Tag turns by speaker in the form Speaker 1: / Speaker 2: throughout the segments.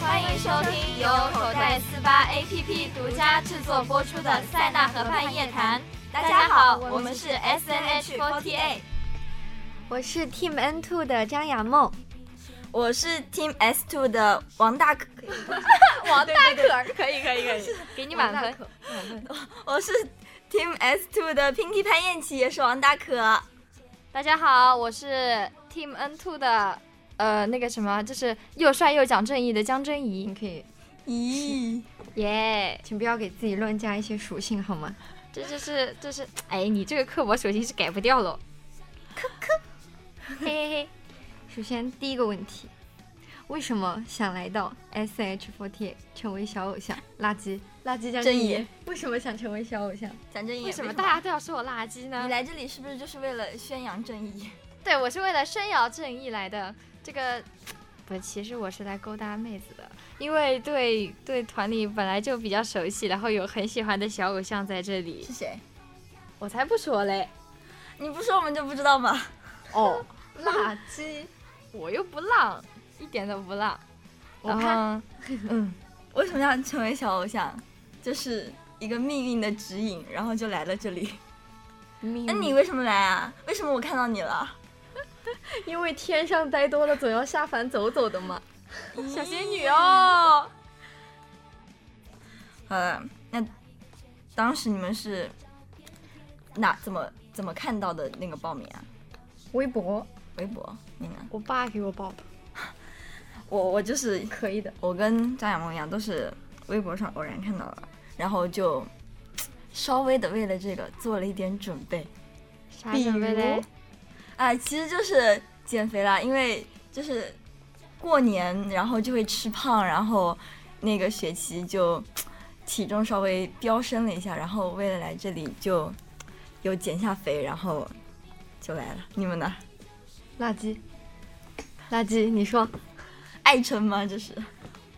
Speaker 1: 欢迎收听由口袋四八 APP 独家制作播出的《塞纳河畔夜谈》。大家好，我们是 SNH48，
Speaker 2: 我是 Team N Two 的张雅梦，
Speaker 3: 我是 Team S Two 的王大可，
Speaker 1: 王大可，
Speaker 3: 可以可以可以，
Speaker 1: 给你满分。
Speaker 3: 我是 Team S Two 的 Pinky 潘燕琪，也是王大可。
Speaker 1: 大家好，我是 Team N Two 的呃那个什么，就是又帅又讲正义的江真
Speaker 2: 你
Speaker 1: 怡，
Speaker 2: 可以，
Speaker 3: 咦，
Speaker 1: 耶！
Speaker 2: 请不要给自己乱加一些属性好吗？
Speaker 1: 这就是这是，哎，你这个刻薄属性是改不掉了，科科，嘿嘿 嘿。
Speaker 2: 首先第一个问题，为什么想来到 SH48 成为小偶像？垃圾，垃圾将
Speaker 3: 正
Speaker 2: 你
Speaker 3: 义
Speaker 2: 为什么想成为小偶像？
Speaker 3: 讲正义，
Speaker 1: 为什么大家都要说我垃圾
Speaker 3: 你
Speaker 1: 呢？
Speaker 3: 来这里是不是就是为了宣扬正义？
Speaker 1: 对我是为了宣扬正义来的。这个不，其实我是来勾搭妹子的，因为对对团里本来就比较熟悉，然后有很喜欢的小偶像在这里
Speaker 3: 是，谁？
Speaker 1: 我才不说嘞。
Speaker 3: 你不说我们就不知道吗？
Speaker 1: 哦，
Speaker 2: 垃圾，
Speaker 1: 我又不浪，一点都不浪。
Speaker 2: 我
Speaker 1: 然
Speaker 2: 怕
Speaker 1: 后，嗯，
Speaker 3: 为什么要成为小偶像？就是一个命运的指引，然后就来了这里。
Speaker 2: 命
Speaker 3: 那你
Speaker 2: 运，
Speaker 3: 为什么来啊？为什么我看到你了？
Speaker 2: 因为天上待多了，总要下凡走走的嘛。
Speaker 1: 小仙女哦，
Speaker 3: 好了，那当时你们是哪怎么怎么看到的那个报名啊？
Speaker 2: 微博，
Speaker 3: 微博，你呢？
Speaker 2: 我爸给我报的，
Speaker 3: 我我就是
Speaker 2: 可以的。
Speaker 3: 我跟张亚萌一样，都是微博上偶然看到了，然后就稍微的为了这个做了一点准备
Speaker 1: 啥
Speaker 2: 比
Speaker 1: 准备嘞
Speaker 2: 如？
Speaker 3: 啊、其实就是减肥啦，因为就是过年然后就会吃胖，然后那个学期就体重稍微飙升了一下，然后为了来这里就有减下肥，然后就来了。你们呢？
Speaker 2: 垃圾，垃圾，你说
Speaker 3: 爱称吗？这是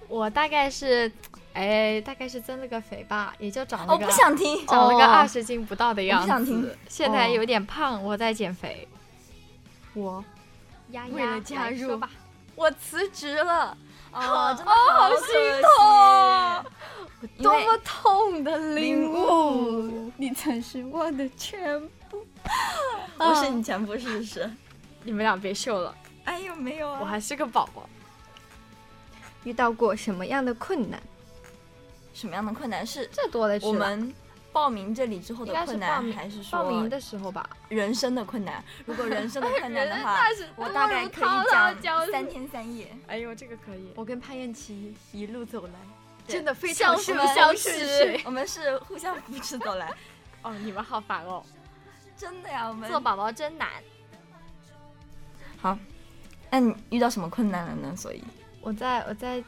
Speaker 4: 我大概是，哎，大概是增了个肥吧，也就长
Speaker 3: 我
Speaker 4: 了个，
Speaker 3: 哦不想听，
Speaker 4: 长了个
Speaker 2: 哦
Speaker 4: 二十斤不到的
Speaker 3: 我
Speaker 4: 样
Speaker 3: 不
Speaker 4: 子。
Speaker 3: 想听。
Speaker 4: 现在有点胖，我在减肥。
Speaker 2: 我
Speaker 1: 丫
Speaker 2: 为了
Speaker 1: 丫
Speaker 2: 加
Speaker 1: 来说
Speaker 2: 入
Speaker 1: 吧，
Speaker 4: 我辞职了，
Speaker 3: 哦，真的好心痛，
Speaker 2: 多么痛的领
Speaker 3: 领
Speaker 2: 悟！你曾是我的全部。
Speaker 3: 我是你前夫是不是？
Speaker 4: 你们俩别秀了，
Speaker 3: 哎呦，没有啊，
Speaker 4: 我还是个宝宝。
Speaker 2: 遇到过什么样的困难？
Speaker 3: 什么样的困难是
Speaker 4: 这多了去
Speaker 3: 我们报名这里之后的
Speaker 4: 应该是
Speaker 3: 困
Speaker 4: 报
Speaker 3: 难，
Speaker 4: 名
Speaker 3: 还是
Speaker 4: 报
Speaker 3: 说
Speaker 4: 名的时候吧，
Speaker 3: 人生的困难？如果 人生的困难的话，
Speaker 4: 是
Speaker 3: 我大概可
Speaker 4: 滔
Speaker 3: 以
Speaker 4: 江
Speaker 3: 讲
Speaker 4: 湖
Speaker 3: 三天三夜。
Speaker 4: 哎呦，这个可以。
Speaker 2: 我跟潘燕琪一路走来，
Speaker 3: 对
Speaker 2: 真的非常
Speaker 4: 相
Speaker 2: 适
Speaker 4: 辅
Speaker 2: 合
Speaker 4: 相
Speaker 2: 是
Speaker 4: 成。
Speaker 3: 我们是互相扶持走来，
Speaker 4: 哦，你们好烦哦。
Speaker 3: 真的呀，我们
Speaker 4: 哎
Speaker 1: 做宝宝真难。
Speaker 3: 好。那你遇到什么困难了呢？所以
Speaker 4: 我在我在，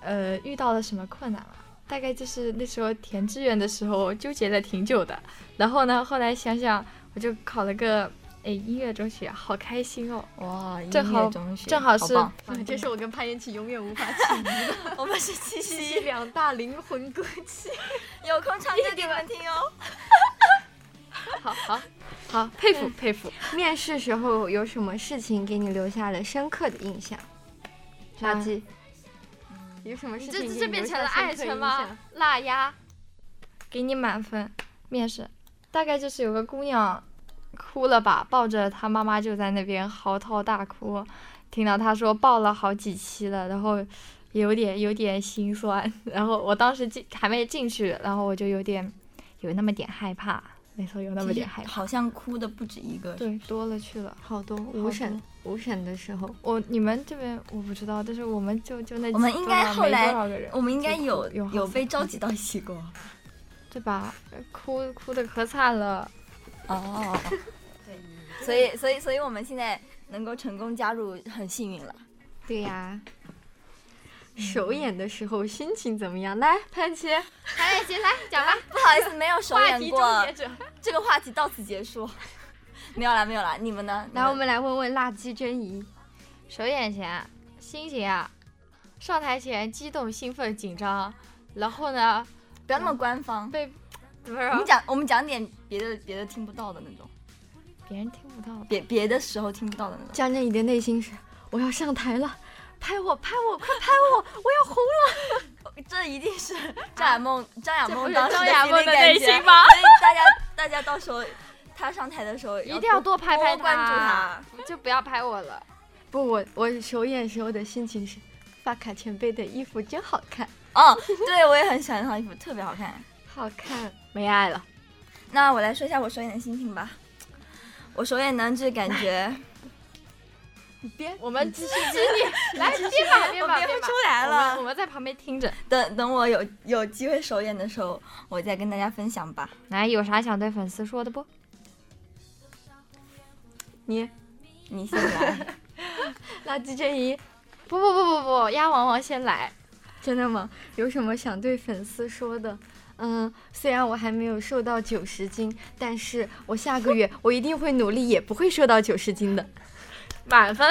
Speaker 4: 呃，遇到了什么困难吗？啊大概就是那时候填志愿的时候纠结了挺久的，然后呢，后来想想，我就考了个哎音乐中学，好开心哦！
Speaker 3: 哇，音
Speaker 4: 正好
Speaker 3: 乐中学
Speaker 4: 正好是
Speaker 3: 棒
Speaker 2: 啊这是我跟潘燕琪永远无法启离的
Speaker 3: 我们是七
Speaker 2: 这是
Speaker 3: 夕，
Speaker 2: 两大灵魂歌姬。
Speaker 3: 有空唱歌给你们听 哦。
Speaker 4: 好好 好，佩服佩服。
Speaker 2: 面试时候有什么事情给你留下了深刻的印象？垃圾。有什么
Speaker 1: 啊
Speaker 2: 事
Speaker 1: 嗯你
Speaker 2: 情
Speaker 1: 这
Speaker 2: 给
Speaker 1: 这变成了爱
Speaker 2: 称
Speaker 1: 称吗？？辣鸭，
Speaker 4: 给你满分。面试大概就是有个姑娘哭了吧，抱着她妈妈就在那边嚎啕大哭，听到她说抱了好几期了，然后有点有点心酸。 然后我当时进还没进去，然后我就有点有那么点害怕，没错，有那么
Speaker 3: 其
Speaker 4: 点
Speaker 3: 实
Speaker 4: 害怕。
Speaker 3: 好像哭的不止一个，
Speaker 4: 对，多了去了。
Speaker 2: 好多
Speaker 4: 好
Speaker 2: 五审
Speaker 4: 多
Speaker 2: 五审的时候，
Speaker 4: 我你们这边我不知道，但是我们就就那
Speaker 3: 我们
Speaker 4: 几
Speaker 3: 应
Speaker 4: 个
Speaker 3: 该
Speaker 4: 嘛
Speaker 3: 后
Speaker 4: 没
Speaker 3: 来
Speaker 4: 多少个人
Speaker 3: 我们应该
Speaker 4: 就
Speaker 3: 有
Speaker 4: 哭有好
Speaker 3: 有
Speaker 4: 几
Speaker 3: 被
Speaker 4: 个
Speaker 3: 召集到一起过。
Speaker 4: 对吧？呃哭哭的可惨了。
Speaker 3: 哦，对，所以所以所以我们现在能够成功加入，很 幸运了。
Speaker 2: 对呀、
Speaker 1: 嗯
Speaker 2: 首演的时候心情怎么样？来，潘琪，
Speaker 1: 来来姐哎来讲吧，
Speaker 3: 不好意思，没有首
Speaker 4: 话
Speaker 3: 演
Speaker 4: 题终
Speaker 3: 过
Speaker 4: 结，者，
Speaker 3: 这个话题到此 结束。没有啦，没有啦，你们呢？
Speaker 2: 来，我们来问问辣鸡真怡，
Speaker 4: 首演前心情啊，上台前激动、兴奋、紧张，然后呢
Speaker 3: 不要那么官方，
Speaker 4: 被不是
Speaker 3: 我们讲我们讲点别的别的听不到的那种，
Speaker 4: 别人听不到的，
Speaker 3: 别别的时候听不到的那种。
Speaker 2: 江振宇的内心是：我要上台了，拍我，拍我，快拍我，我要红了！
Speaker 3: 这一定是张亚梦，张亚
Speaker 1: 啊不
Speaker 3: 梦
Speaker 1: 是
Speaker 3: 当时
Speaker 1: 张亚
Speaker 3: 心
Speaker 1: 梦
Speaker 3: 里
Speaker 1: 的
Speaker 3: 感
Speaker 1: 内
Speaker 3: 觉
Speaker 1: 心吗？
Speaker 3: 所以大家大家到时候他上台的时 候
Speaker 1: 一定要多拍拍
Speaker 3: 多关注
Speaker 1: 他
Speaker 3: 他，
Speaker 1: 就不要拍我了。
Speaker 2: 不，我我首演时候的心情是，发卡前辈的衣服真好看，
Speaker 3: 嗯，对我也很喜欢那套衣服，特别好看。
Speaker 2: 好看。
Speaker 1: 没爱了，
Speaker 3: 那我来说一下我首演的心情吧。我首演呢，就感觉
Speaker 2: 你编，
Speaker 1: 我们继续继续， 来编吧编吧
Speaker 3: 我
Speaker 1: 编
Speaker 3: 不
Speaker 1: 吧
Speaker 3: 出。来
Speaker 1: 我们我
Speaker 3: 了。
Speaker 1: 们在旁边听着，
Speaker 3: 等等，我有有机会首演的时候，我再跟大家分享吧。
Speaker 1: 来有啥想对粉丝说的不？
Speaker 2: 你
Speaker 3: 你先来，
Speaker 2: 垃圾阵营
Speaker 1: 不不不不不，鸭王王先来。
Speaker 2: 真的吗？有什么想对粉丝说的？嗯，虽然我还没有瘦到九十斤，但是我下个月我一定会努力，也不会瘦到九十斤的。
Speaker 1: 满分。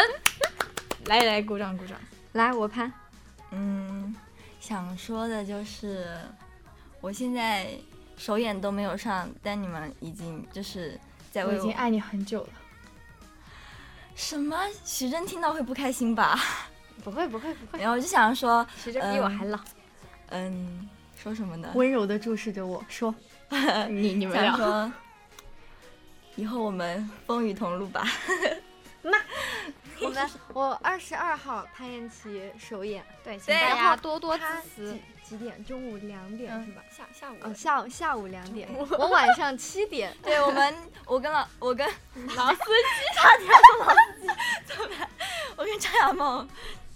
Speaker 1: 来来，鼓掌鼓掌。
Speaker 2: 来，我潘，
Speaker 3: 嗯，想说的就是，我现在首演都没有上，但你们已经就是在
Speaker 1: 我
Speaker 3: 为
Speaker 1: 已
Speaker 3: 我
Speaker 1: 经爱你很久了。
Speaker 3: 什么？徐峥听到会不开心吧？
Speaker 1: 不会不会不会，
Speaker 3: 然后我就想说，
Speaker 1: 其实比我还老。
Speaker 3: 嗯，说什么呢？
Speaker 2: 温柔地注视着我说
Speaker 1: 你你们
Speaker 3: 想
Speaker 1: 俩，
Speaker 3: 说，以后我们风雨同路吧。：“
Speaker 2: 我们我二十二号潘彦琪首演，
Speaker 1: 对，请
Speaker 3: 对
Speaker 1: 大
Speaker 2: 然
Speaker 1: 家
Speaker 2: 后
Speaker 1: 多多支
Speaker 2: 他
Speaker 1: 持
Speaker 2: 几。几点？中午两点、是吧？
Speaker 3: 下下午
Speaker 2: 哦，下午下午两点，我晚上七点。
Speaker 3: 对我们，我跟老，我跟
Speaker 1: 老师，
Speaker 3: 我跟张亚梦，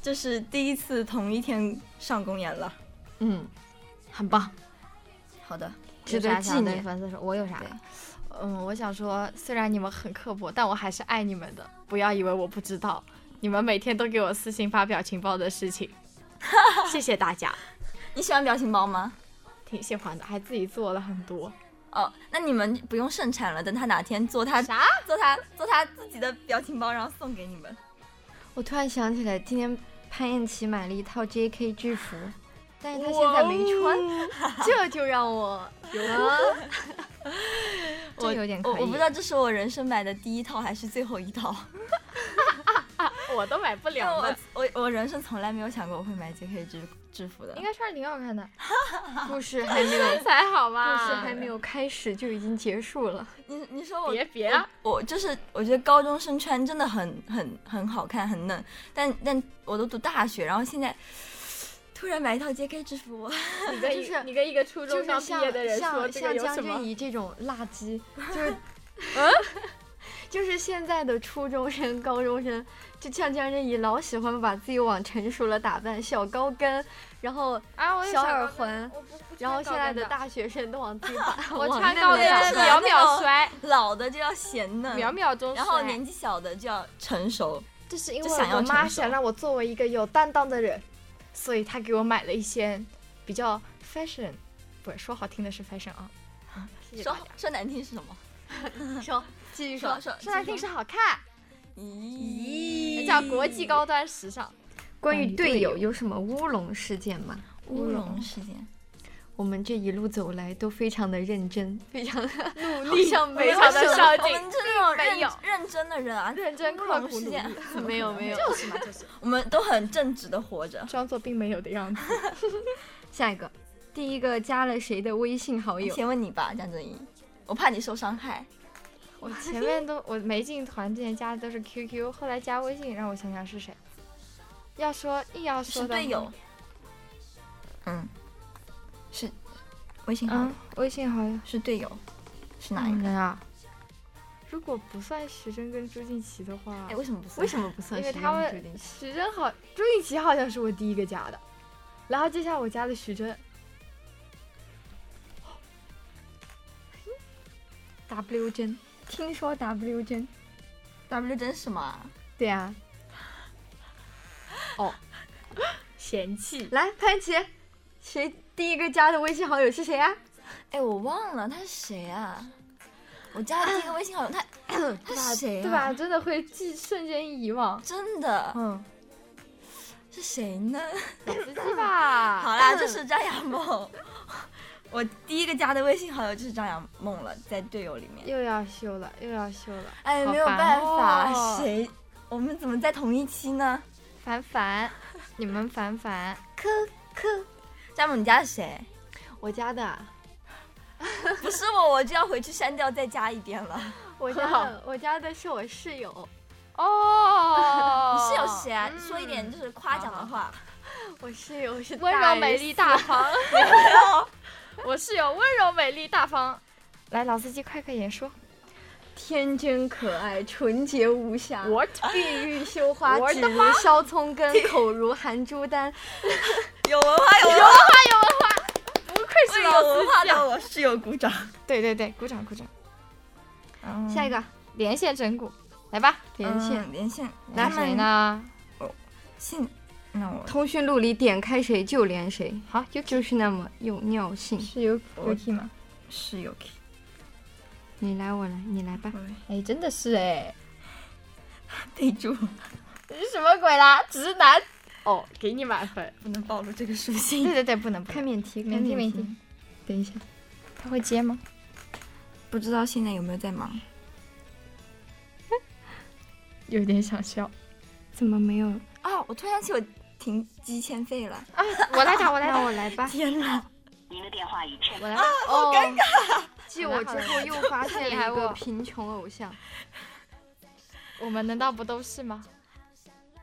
Speaker 3: 就是第一次同一天上公演了。
Speaker 2: 嗯，
Speaker 1: 很棒，
Speaker 3: 好的，
Speaker 2: 值得
Speaker 1: 有啥
Speaker 2: 纪
Speaker 1: 想对
Speaker 2: 念
Speaker 1: 粉丝说，我有啥？嗯，我想说，虽然你们很刻薄，但我还是爱你们的。不要以为我不知道，你们每天都给我私信发表情包的事 情，谢谢大家，
Speaker 3: 你喜欢表情包吗？
Speaker 1: 挺喜欢的，还自己做了很多。
Speaker 3: 哦，那你们不用盛产了，等他哪天做他
Speaker 1: 啥？
Speaker 3: 做他做他自己的表情包，然后送给你们。
Speaker 2: 我突然想起来，今天潘彦琪买了一套 J.K. 制服，但是她现在没穿，
Speaker 1: 哦
Speaker 2: 这就让我有
Speaker 1: 这有点可
Speaker 3: 我
Speaker 1: 以
Speaker 3: 我不知道这是我人生买的第一套还是最后一套，
Speaker 1: 我都买不
Speaker 3: 因为
Speaker 1: 了
Speaker 3: 我
Speaker 1: 的，
Speaker 3: 我我人生从来没有想过我会买 JK 制制服的
Speaker 1: 应。该穿着挺好看的，
Speaker 2: 啊故 事还没有，故
Speaker 1: 才好吧？
Speaker 2: 事还没有开始就已经结束了。
Speaker 3: 你你说我
Speaker 1: 别别，啊
Speaker 3: 我就是我觉得高中生穿真的很很很好看，很嫩。但但我都读大学，然后现在突然买一套 JK 制服，我
Speaker 1: 你跟一
Speaker 2: 就是
Speaker 1: 你跟一个初
Speaker 2: 就
Speaker 1: 中刚
Speaker 2: 是
Speaker 1: 毕业的人
Speaker 2: 像
Speaker 1: 说
Speaker 2: 像
Speaker 1: 这个
Speaker 2: 像
Speaker 1: 有
Speaker 2: 江
Speaker 1: 什
Speaker 2: 振
Speaker 1: 么？
Speaker 2: 怡这种垃圾， 就是，嗯， 就是现在的初中生、高中生，就像江振怡老喜欢把自己往成熟了打扮，小高跟，然后
Speaker 1: 啊，我有
Speaker 2: 小
Speaker 1: 想
Speaker 2: 耳
Speaker 1: 过
Speaker 2: 环，
Speaker 1: 我不不
Speaker 2: 然后
Speaker 1: 穿
Speaker 2: 现
Speaker 1: 高
Speaker 2: 在
Speaker 1: 跟
Speaker 2: 的
Speaker 1: 的
Speaker 2: 大学生都往自己把
Speaker 1: 我
Speaker 2: 往
Speaker 1: 穿
Speaker 2: 嫩
Speaker 1: 高
Speaker 2: 了
Speaker 1: 跟
Speaker 2: 打
Speaker 3: 对
Speaker 1: 的
Speaker 3: 对
Speaker 2: 扮
Speaker 3: 对
Speaker 1: 秒秒
Speaker 3: 那种
Speaker 1: 摔，
Speaker 3: 老的就要显嫩，
Speaker 1: 秒秒钟
Speaker 3: 然后
Speaker 1: 摔。
Speaker 3: 年纪小的就要成熟。
Speaker 1: 就是因
Speaker 3: 就
Speaker 1: 为
Speaker 3: 想要
Speaker 1: 我妈
Speaker 3: 成熟
Speaker 1: 想让我作为一个有担当的人，所以她给我买了一些比较 fashion，不是说好听的是 fashion 啊，谢谢
Speaker 3: 说
Speaker 1: 大家。
Speaker 3: 说难听是什么？
Speaker 2: 说，继续
Speaker 3: 说
Speaker 2: 说，
Speaker 3: 说
Speaker 1: 说来听是好看，
Speaker 3: 咦，
Speaker 1: 叫国际高端时尚。
Speaker 2: 关于
Speaker 1: 关于
Speaker 2: 队
Speaker 1: 啊队
Speaker 2: 友
Speaker 1: 友
Speaker 2: 有什么乌龙事件吗？
Speaker 3: 乌龙事件。
Speaker 2: 我们这一路走来都非常的认真，非常的
Speaker 1: 努力
Speaker 2: 像没
Speaker 1: 非常的
Speaker 2: 有什么
Speaker 1: 上
Speaker 3: 我
Speaker 1: 进，
Speaker 3: 们是那种
Speaker 1: 没有
Speaker 3: 认认真的人啊，
Speaker 1: 认真
Speaker 3: 乌
Speaker 1: 刻
Speaker 3: 龙
Speaker 1: 苦
Speaker 3: 事
Speaker 1: 努
Speaker 3: 件
Speaker 1: 力，
Speaker 2: 没有没有
Speaker 1: 就是嘛就是，
Speaker 3: 我们都很正直的活着。
Speaker 1: 装作并没有的样 子。
Speaker 2: 下一个，第一个加了谁的微信好
Speaker 1: 哎
Speaker 2: 友？
Speaker 3: 先问你吧，江正英，我怕你受伤害。
Speaker 1: 我前面都我没进团之前加的都是 QQ，后来加微信，让我想想是谁。要说硬要说
Speaker 3: 是
Speaker 1: 的话
Speaker 3: 队友，嗯，是微信号友、
Speaker 1: 嗯，微信好友
Speaker 3: 是队友，是哪一个？
Speaker 1: 个呀？如果不算徐峥跟朱静琪的话
Speaker 3: 哎、，为什么不算？
Speaker 2: 为什么不算
Speaker 1: 因为
Speaker 2: 是这
Speaker 1: 他
Speaker 2: 样
Speaker 1: 们
Speaker 2: 的决定？
Speaker 1: 徐峥好，朱静琪好像是我第一个加的，然后接下来我加的徐峥。
Speaker 2: W 针，听说 W 针，
Speaker 3: W 真是吗？
Speaker 2: 对啊，
Speaker 1: 哦 嫌弃
Speaker 2: 来潘琪，谁第一个加的微信好友是谁啊呀、
Speaker 3: 哎，我忘了他是谁啊？我加的第一个微信好 友，他他是谁、啊？
Speaker 1: 对吧？？真的会记瞬间遗忘。
Speaker 3: 真的
Speaker 1: 嗯，
Speaker 3: 是谁呢？
Speaker 1: 老司机吧。
Speaker 3: 好啦，就是张亚梦。 我第一个加的微信好友就是张亚梦了，在队友里面。
Speaker 1: 又要修了，又要修了。
Speaker 3: 哎，
Speaker 1: 好
Speaker 3: 没有
Speaker 1: 烦
Speaker 3: 办法，
Speaker 1: 哦
Speaker 3: 谁？我们怎么在同一期呢？
Speaker 1: 凡凡，你们凡凡，
Speaker 3: 科科，詹姆，你家是谁？
Speaker 2: 我家的啊，
Speaker 3: 不是我，我就要回去删掉再加一遍了。
Speaker 2: 我家的，我家的是我室友，
Speaker 1: 哦，
Speaker 3: 你室友是谁啊？
Speaker 1: 嗯
Speaker 3: 说一点就是夸奖的话。
Speaker 2: 我室友是
Speaker 1: 温
Speaker 2: 大
Speaker 1: 柔、美
Speaker 2: S
Speaker 1: 丽、大方。 我室友温柔、美丽、大方。来，老司机快快演说。
Speaker 2: 天真可爱、纯洁无瑕。
Speaker 1: What？
Speaker 2: 碧玉羞花，
Speaker 1: 我
Speaker 2: 指
Speaker 1: 的
Speaker 2: 如削葱根，口如含珠 丹。
Speaker 3: 有文化，有文化，
Speaker 1: 不愧是
Speaker 3: 为
Speaker 1: 老
Speaker 3: 有
Speaker 1: 司
Speaker 3: 文
Speaker 1: 机。
Speaker 3: 化的我室友鼓 掌。
Speaker 1: 哎对对对，鼓掌鼓掌。嗯，
Speaker 2: 下一个
Speaker 1: 连线整蛊，来吧，
Speaker 2: 连线，
Speaker 3: 嗯连线，
Speaker 1: 拿
Speaker 3: 他
Speaker 1: 谁
Speaker 3: 们
Speaker 1: 呢？
Speaker 3: 信，那我
Speaker 2: 通讯录里点开谁就连谁，
Speaker 1: 好，有
Speaker 2: 就是那么有尿性。
Speaker 4: 是有
Speaker 3: 我
Speaker 4: 有 T 吗？
Speaker 3: 是有 K。
Speaker 2: 你来，我来，你来吧。
Speaker 4: 哎，真的是哎，
Speaker 3: 备注
Speaker 4: 什么鬼啦？直 男
Speaker 1: 哦，给你满分。
Speaker 3: 不能暴露这个属性
Speaker 1: 对。对对，不能不
Speaker 2: 开
Speaker 1: 能。
Speaker 2: 免提，开
Speaker 4: 免提
Speaker 2: 免
Speaker 4: 免
Speaker 2: 提
Speaker 4: 提。等一下，他会接吗？
Speaker 3: 不知道现在有没有在忙？
Speaker 4: 有点想笑。
Speaker 2: 怎么没有？
Speaker 3: 啊，我突然想起我停机欠费了。
Speaker 1: 啊，我来打，我来
Speaker 2: 那
Speaker 1: 打，
Speaker 2: 我来吧。 啊
Speaker 3: 天哪！
Speaker 5: 您的电话已确
Speaker 1: 我来打。哦
Speaker 2: 好尴
Speaker 1: 尬。
Speaker 2: 继我之后又发现了一个贫穷偶 像。
Speaker 1: 我们难道不都是吗？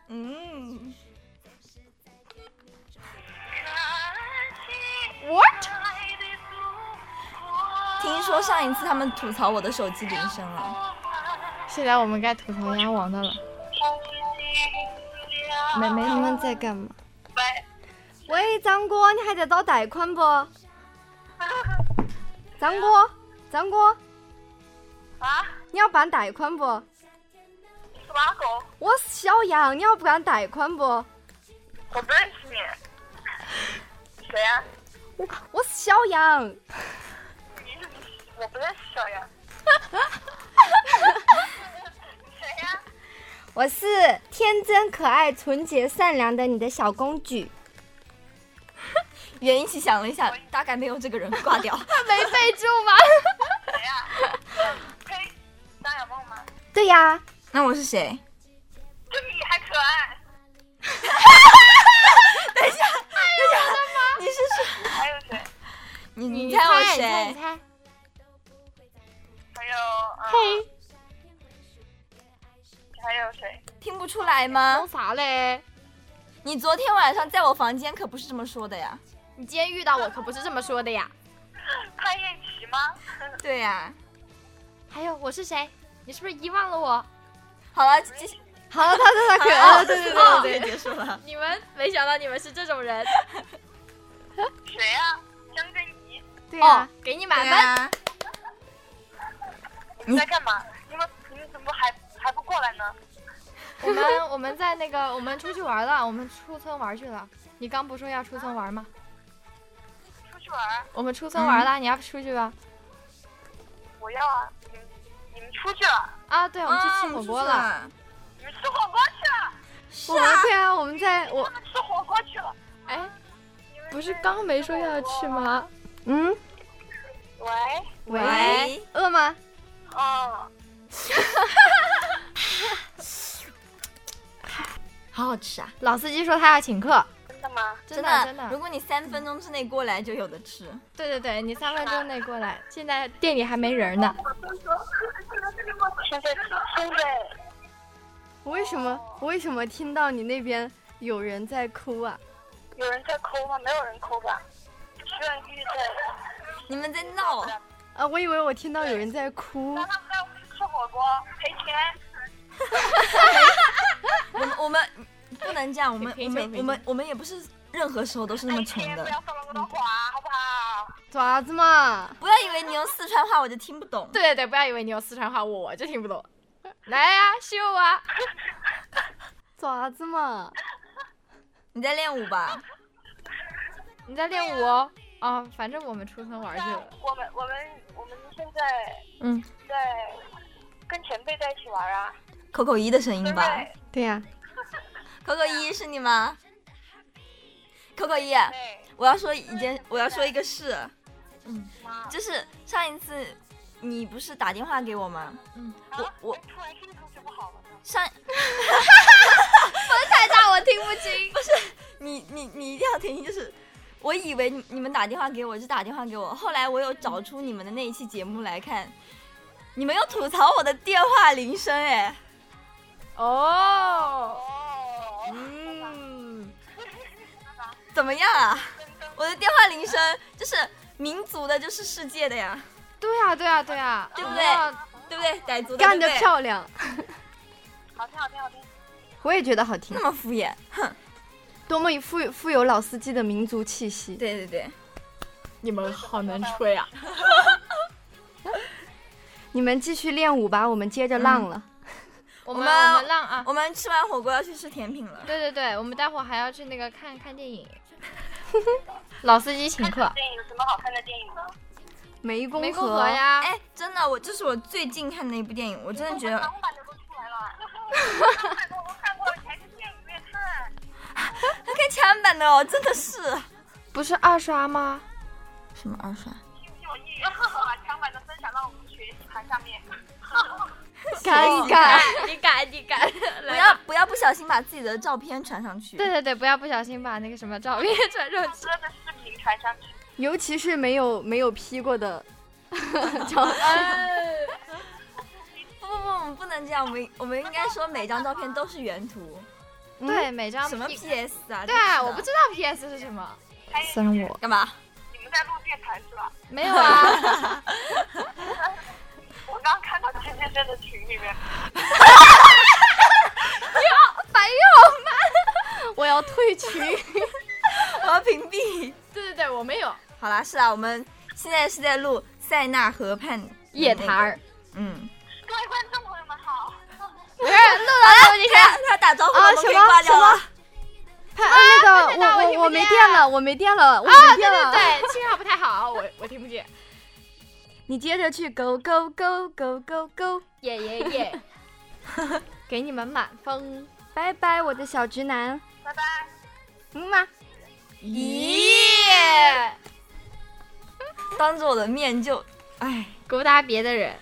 Speaker 3: 嗯，听说上一次他们吐槽我的手机铃声了。
Speaker 1: 现在我们该吐槽鸭王的了。
Speaker 5: 没没
Speaker 2: 他们在干嘛？喂，张哥，你还在找贷款不？张哥，张哥，
Speaker 5: 啊？
Speaker 2: 你要办贷款不？
Speaker 5: 什么啊狗？
Speaker 2: 我是小杨，你要办贷款不？
Speaker 5: 我不认识你。谁啊呀、
Speaker 2: 我我是小杨，
Speaker 5: 你是我不认识小杨。谁呀、
Speaker 2: 我是天真可爱、纯洁善良的你的小公举。
Speaker 3: 袁一起想了一下，大概没有这个人挂掉。
Speaker 1: 没备注吗？
Speaker 5: 谁啊呀、呸！张小梦吗？
Speaker 2: 对呀、
Speaker 3: 那我是谁？
Speaker 5: 就你还可 爱，
Speaker 3: 你是谁？
Speaker 5: 还有谁？
Speaker 3: 你你
Speaker 1: 你
Speaker 3: 猜我
Speaker 1: 你猜，你
Speaker 3: 谁？
Speaker 1: 猜。
Speaker 5: 还有呃，
Speaker 1: 嘿，
Speaker 5: 还有谁？
Speaker 3: 听不出来吗
Speaker 1: 弄？啥嘞？
Speaker 3: 你昨天晚上在我房间可不是这么说的呀。
Speaker 1: 你今天遇到我可不是这么说的呀。
Speaker 5: 潘艳琪吗？
Speaker 3: 对呀、
Speaker 1: 还有我是谁？你是不是遗忘了我？
Speaker 3: 好了，继续。哦
Speaker 2: 好了，他真的可 爱了，啊哦对对对对
Speaker 3: 对，啊结束了。
Speaker 1: 你们没想到你们是这种人
Speaker 5: 谁啊呀、江真怡，
Speaker 2: 对
Speaker 1: 哦，给你满
Speaker 3: 对
Speaker 1: 分。
Speaker 3: 哎呀、
Speaker 5: 你们在干嘛？你们你们怎么还还不过来呢？
Speaker 1: 我们我们在那个我们出去玩了，我们出村玩去了。你刚不说要出村玩吗？
Speaker 5: 出去玩儿？
Speaker 1: 我们出村玩了，你要不出去吧？
Speaker 5: 我要啊！你们你们出去了？
Speaker 1: 啊，对，我们去吃火锅了。
Speaker 3: 啊
Speaker 5: 你们吃火锅去了？
Speaker 3: 是
Speaker 2: 我们
Speaker 3: 啊，
Speaker 2: 对啊，我们在我
Speaker 5: 他们吃火锅去了。
Speaker 1: 哎，
Speaker 5: 你们
Speaker 4: 不是刚没说要去吗？
Speaker 2: 嗯，
Speaker 5: 喂，
Speaker 2: 喂
Speaker 3: 喂
Speaker 2: 饿吗？
Speaker 5: 哦，
Speaker 3: 好好吃啊，
Speaker 1: 老司机说他要请客，
Speaker 5: 真的吗？
Speaker 1: 真
Speaker 3: 的
Speaker 1: 真
Speaker 3: 如
Speaker 1: 的。
Speaker 3: 果你三分钟之内过来，就有的吃。
Speaker 1: 对对对，你三分钟内过来，现在店里还没人呢。
Speaker 5: 现在现在
Speaker 2: 为什么？为什么听到你那边有人在哭啊？
Speaker 5: 有人在抠吗？没有人抠吧？徐文玉在，
Speaker 3: 你们在闹，
Speaker 2: 啊，我以为我听到有人在哭
Speaker 5: 让。他们带我们去吃火锅，赔钱。
Speaker 3: 我们我们不能这样，我们
Speaker 1: 平
Speaker 3: 我
Speaker 1: 手
Speaker 3: 们
Speaker 1: 平手
Speaker 3: 我们我们也不是任何时候都是那么
Speaker 5: 赔
Speaker 3: 穷
Speaker 5: 钱
Speaker 3: 的
Speaker 5: 啊不，要说那么多话，好不好？
Speaker 2: 爪子嘛，
Speaker 3: 不要以为你用四川话我就听不懂。
Speaker 1: 对对对，不要以为你有四川话，我就听不懂。来呀、秀啊！
Speaker 2: 爪子嘛，
Speaker 3: 你在练舞吧？
Speaker 1: 你在练舞哦。啊，反正我们出村玩去了。
Speaker 5: 我们我们我们现在
Speaker 1: 嗯，
Speaker 5: 在跟前辈在一起玩啊，
Speaker 3: 口口一的声
Speaker 5: 对
Speaker 3: 音
Speaker 5: 不
Speaker 3: 吧？
Speaker 5: 对？
Speaker 2: 对呀、
Speaker 3: 口口一是你吗？口口一，啊
Speaker 5: 对，
Speaker 3: 我要说一件，我要说一个事，
Speaker 5: 妈，
Speaker 3: 就是上一次你不是打电话给我吗？
Speaker 5: 啊
Speaker 3: 我我
Speaker 5: 突然听出去不好了呢。
Speaker 3: 上
Speaker 1: 太大我听不清。
Speaker 3: 不是你你你一定要听，就是我以为你你们打电话给我就打电话给我，后来我有
Speaker 2: 嗯
Speaker 3: 找出你们的那一期节目来看，你们有吐槽我的电话铃声哎，
Speaker 1: 哦，
Speaker 5: 哦，
Speaker 1: 嗯，
Speaker 3: 怎么样啊？我的电话铃声就是民族的，就是世界的呀，
Speaker 1: 对呀、对呀、对呀、
Speaker 3: 对不
Speaker 1: 我
Speaker 3: 对
Speaker 1: 们要
Speaker 5: 哦
Speaker 3: 对不对？傣族的
Speaker 2: 干得
Speaker 3: 对不对
Speaker 2: 漂亮！
Speaker 5: 好听好听好听，
Speaker 2: 我也觉得好听
Speaker 3: 那，么敷衍，
Speaker 2: 多么富富有老司机的民族气息。
Speaker 3: 对对对，
Speaker 1: 你们好能吹啊！
Speaker 2: 你们继续练舞吧，我们接着浪了。
Speaker 1: 我
Speaker 3: 们
Speaker 1: 们我们浪啊！
Speaker 3: 我们吃完火锅要去吃甜品了，
Speaker 1: 对对对，我们待会儿还要去那个看看电影。 老司机请客，
Speaker 5: 电影有什么好看的电影呢？
Speaker 2: 湄公
Speaker 1: 湄公河呀，
Speaker 3: 哎，真的，我这是我最近看的一部电影，我真的觉
Speaker 2: 哦
Speaker 3: 得
Speaker 5: 港版的都出来了，我看过，我看过，还是电影院看。
Speaker 3: 他看韩版的哦，真的是
Speaker 1: 不是二刷吗？
Speaker 3: 什么二刷？
Speaker 5: 有意把港版的分享到我们学习盘上面。
Speaker 2: 尴尬。
Speaker 1: 你敢，你 敢！
Speaker 3: 不要不要不小心把自己的照片传上去。
Speaker 1: 对，对对，不要不小心把那个什么照片 传上去。
Speaker 5: 哥的视频传上去，
Speaker 2: 尤其是没有没有 P 过的照，
Speaker 1: 哎
Speaker 3: 不不不，我们不能这样，我们我们应该说每张照片都是原图，
Speaker 1: 对，每张
Speaker 3: 什么
Speaker 1: P-
Speaker 3: PS 啊？
Speaker 1: 对
Speaker 3: 真是
Speaker 1: 啊，
Speaker 3: 的
Speaker 1: 我不知道 PS 是什么。虽然我
Speaker 3: 干嘛。
Speaker 5: 你们在录电台是吧？
Speaker 1: 没有 啊，
Speaker 5: 我刚看到前面在的群里面，
Speaker 1: 反应
Speaker 2: 我要退 群。
Speaker 3: 我要屏蔽。
Speaker 1: 对对对，我没有
Speaker 3: 好啦，是啦，我们现在是在录塞纳河畔
Speaker 1: 夜谈儿。
Speaker 3: 嗯，
Speaker 5: 各位观众朋友们好，
Speaker 1: 不是录啊到你哦看
Speaker 3: 他他打招呼，我
Speaker 2: 啊
Speaker 3: 们可以
Speaker 2: 什么
Speaker 3: 挂掉了。
Speaker 2: 啊，那
Speaker 1: 快
Speaker 2: 个
Speaker 1: 点打我
Speaker 2: 我
Speaker 1: 听
Speaker 2: 我
Speaker 1: 不
Speaker 2: 我没
Speaker 1: 见
Speaker 2: 电了，我没电了，我没
Speaker 1: 啊对
Speaker 2: 电
Speaker 1: 对
Speaker 2: 了。
Speaker 1: 对，信号不太好，我我听不见。
Speaker 2: 你接着去 go go go go go go，
Speaker 1: 耶耶耶！ 给你们满分。
Speaker 2: 拜拜我的小直男，
Speaker 5: 拜拜。
Speaker 2: 嗯吗？
Speaker 1: 咦，
Speaker 3: 当着我的面就，哎，
Speaker 1: 勾搭别的人，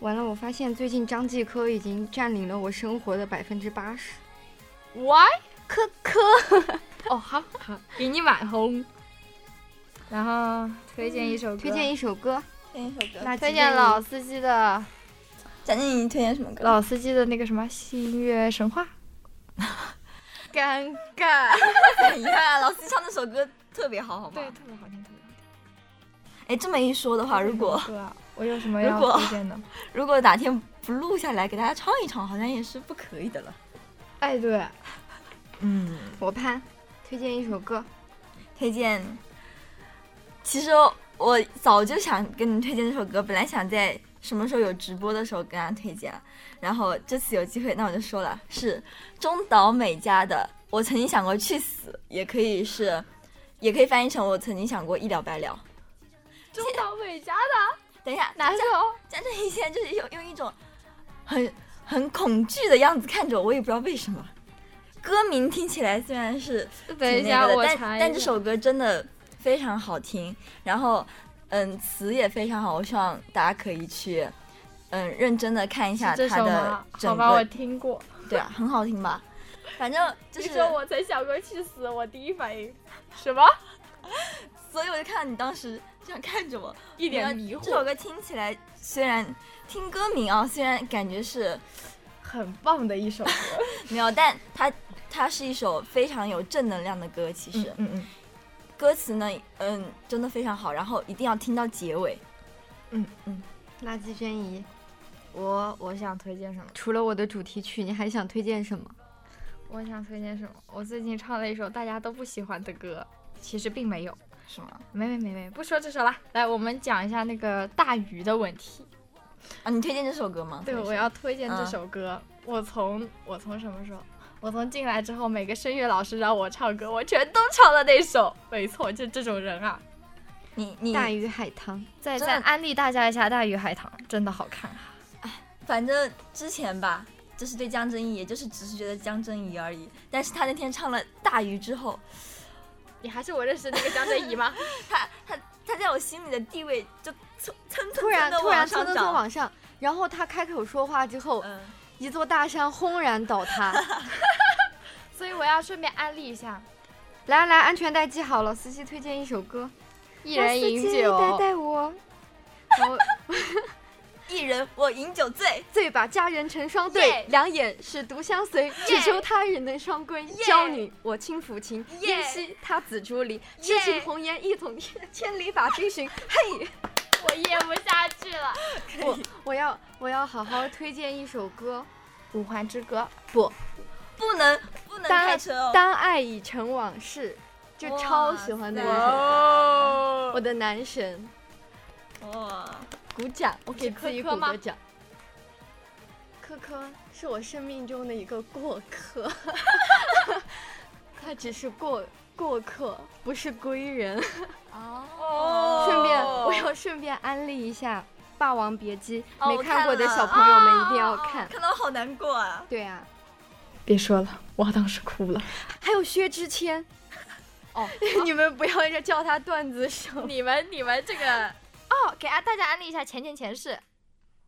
Speaker 2: 完了，我发现最近张继科已经占领了我生活的百分之八十。
Speaker 1: why？
Speaker 2: 科科，
Speaker 1: 哦，好好，给你满红。然后嗯推荐一首歌，
Speaker 2: 推荐一首歌，
Speaker 3: 推荐一首歌。
Speaker 2: 那
Speaker 1: 推荐
Speaker 2: 即便
Speaker 1: 老司机的
Speaker 3: 蒋劲，你推荐什么歌？
Speaker 1: 老司机的那个什么《新月神话》。
Speaker 2: 尴尬。
Speaker 3: 怎样？哎老师唱那首歌特别好，好吗？
Speaker 1: 特别好听，特别好听。
Speaker 3: 哎，这么一说的话，如果
Speaker 1: 歌啊，我有什么
Speaker 3: 如
Speaker 1: 要
Speaker 3: 果
Speaker 1: 推荐的？
Speaker 3: 如果哪天不录下来给大家唱一唱，好像也是不可以的了。
Speaker 1: 哎，对，
Speaker 3: 嗯，
Speaker 2: 我潘，推荐一首歌，
Speaker 3: 推荐。其实我早就想跟你推荐这首歌，本来想在什么时候有直播的时候跟大家推荐，然后这次有机会，那我就说了，是中岛美嘉的《我曾经想过去死》，也可以是，也可以翻译成我曾经想过一了百了。
Speaker 1: 中岛美嘉的哦
Speaker 3: 等一下，
Speaker 1: 哪首？
Speaker 3: 江正一现在就是用用一种很很恐惧的样子看着我，我也不知道为什么。歌名听起来虽然是
Speaker 1: 等一
Speaker 3: 挺
Speaker 1: 下，
Speaker 3: 那个的
Speaker 1: 我查
Speaker 3: 但
Speaker 1: 一下。
Speaker 3: 但这首歌真的非常好听，然后嗯词也非常好，我希望大家可以去嗯认真的看一下
Speaker 1: 是这
Speaker 3: 它
Speaker 1: 首
Speaker 3: 的
Speaker 1: 吗？好
Speaker 3: 整
Speaker 1: 吧，我
Speaker 3: 个，
Speaker 1: 听过。
Speaker 3: 对啊，很好听吧？反正就
Speaker 1: 你
Speaker 3: 是，
Speaker 1: 说我曾想过去死，我第一反 应什么？
Speaker 3: 所以我就看到你当时这样看着我，
Speaker 1: 一
Speaker 3: 那
Speaker 1: 脸迷
Speaker 3: 这首
Speaker 1: 惑，
Speaker 3: 歌听起来虽然听歌名啊，虽然感觉是
Speaker 1: 很棒的一首 歌。
Speaker 3: 没有，但它它是一首非常有正能量的歌，其实、
Speaker 1: 嗯嗯
Speaker 3: 歌词呢，嗯，真的非常好，然后一定要听到结尾。
Speaker 2: 垃圾宣仪。
Speaker 1: 我我想推荐什么？
Speaker 2: 除了我的主题曲，你还想推荐什么？
Speaker 1: 我想推荐什么？我最近唱了一首大家都不喜欢的歌，其实并没有。
Speaker 3: 是吗？
Speaker 1: 没没没没，不说这首了。来，我们讲一下那个大鱼的问题。
Speaker 3: 啊，你推荐这首歌吗？
Speaker 1: 对，
Speaker 3: 还是
Speaker 1: 我要推荐这
Speaker 3: 嗯
Speaker 1: 首歌。我从我从什么时候？我从进来之后，每个声乐老师让我唱歌，我全都唱了那首。没错，就这种人啊！
Speaker 3: 你你
Speaker 2: 大鱼海棠，
Speaker 1: 再
Speaker 3: 真的
Speaker 1: 再安利大家一下《大鱼海棠》，真的好看啊！
Speaker 3: 反正之前吧，就是对江真怡，也就是只是觉得江真怡而已。但是她那天唱了《大鱼》之后，
Speaker 1: 你还是我认识的那个江真怡吗？
Speaker 3: 她她她在我心里的地位就蹭蹭蹭
Speaker 2: 突
Speaker 3: 蹭
Speaker 2: 然
Speaker 3: 的
Speaker 2: 突然
Speaker 3: 往
Speaker 2: 蹭
Speaker 3: 上
Speaker 2: 蹭蹭
Speaker 3: 涨。
Speaker 2: 往上，然后他开口说话之后，
Speaker 3: 嗯，
Speaker 2: 一座大山轰然倒塌。
Speaker 4: 所以我要顺便安利一下，
Speaker 2: 来来，安全带系好了，司机推荐一首歌，啊
Speaker 1: 一人饮酒，
Speaker 2: 带带我，我
Speaker 3: 一人我饮酒醉，
Speaker 2: 醉把佳人成双对
Speaker 4: Yeah，
Speaker 2: 两眼是独相随，只求他日能双归。娇女我轻抚琴，燕西他紫竹林，痴情红颜一统天，千里把君寻。嘿，
Speaker 4: 我咽不下去了。
Speaker 2: 我我要我要好好推荐一首歌，
Speaker 4: 五环之歌，
Speaker 2: 不，
Speaker 3: 不能不能
Speaker 2: 当
Speaker 3: 开车哦。
Speaker 2: 当爱已成往事，就超喜欢的一
Speaker 3: 哇
Speaker 2: 首。
Speaker 3: 哦
Speaker 2: 我的男神，
Speaker 3: 哇，
Speaker 2: 鼓掌，我给
Speaker 4: 是
Speaker 2: 自己
Speaker 4: 科
Speaker 2: 鼓
Speaker 4: 科吗
Speaker 2: 个掌。科科是我生命中的一个过 客，他只是过过客，不是归人。
Speaker 3: 哦
Speaker 2: 顺便，我要顺便安利一下《霸王别姬》
Speaker 3: 哦
Speaker 2: 没
Speaker 3: 我
Speaker 2: 看哦
Speaker 3: 看
Speaker 2: 过的
Speaker 3: 了
Speaker 2: 小朋友们一定要看。
Speaker 3: 看到好难过啊！
Speaker 2: 对啊，
Speaker 4: 别说了，我当时哭了。
Speaker 2: 还有薛之谦。 哦， 你们不要叫他段子手。
Speaker 4: 你们你们这个哦，给啊大家安利一下《前前前世》，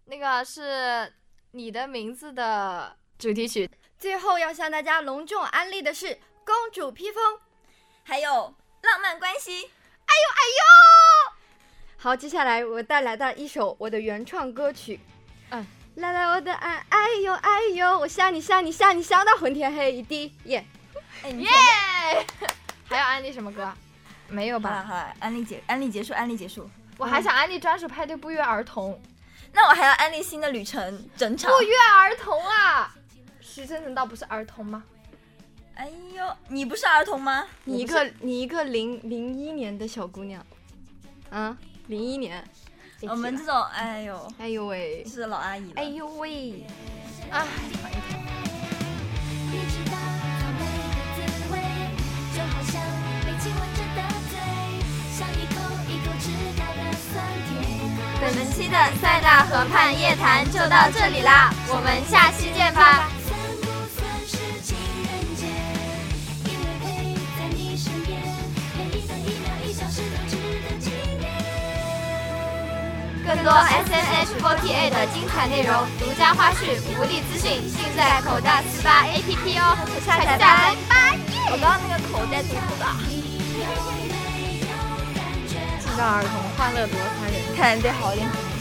Speaker 4: 那个是你的名字的主题曲。
Speaker 2: 最后要向大家隆重安利的是《公主披风》。
Speaker 3: 还有浪漫关系，
Speaker 2: 好，接下来我带来的一首我的原创歌曲，
Speaker 4: 嗯，
Speaker 2: 来来我的爱，哎呦哎呦，我想你想你想你想到魂天黑一地，耶、
Speaker 3: 哎，你
Speaker 4: 还要安利什么歌？没有
Speaker 3: 好了
Speaker 4: 吧？
Speaker 3: 好了，安利结安利结束，安利结束。
Speaker 1: 嗯
Speaker 4: 我还想安利专属派对不约而
Speaker 1: 哦
Speaker 4: 同。
Speaker 3: 那我还要安利新的旅程，整场。
Speaker 2: 哦
Speaker 4: 不约儿童啊！徐峥难道不是儿童吗？
Speaker 3: 哎呦，你不是儿童吗？
Speaker 2: 你一个你一个零零一年的小姑娘，嗯，零一年，
Speaker 4: 别提了
Speaker 3: 我们这种，哎呦，
Speaker 2: 哎呦喂，
Speaker 3: 是老阿姨了。
Speaker 2: 哎呦喂，
Speaker 4: 啊，
Speaker 6: 你知道草莓的滋味，就好像被亲吻着的嘴，像一口一口吃掉的酸甜。
Speaker 3: 本期的塞纳河畔夜谈就到这里啦，我们下期见吧。
Speaker 6: 算不算是情人节？因为陪在你身边，每一分一秒一小时都值得纪念。
Speaker 3: 更多 S N H 4 8 a 的精彩内容、独家花絮、福利资讯，尽在口袋四八 A P P 哦。下载吧，拜我刚刚那个口袋怎么的？
Speaker 6: 有没有感觉？
Speaker 4: 让儿童欢乐多残忍。
Speaker 3: 看来得好一点。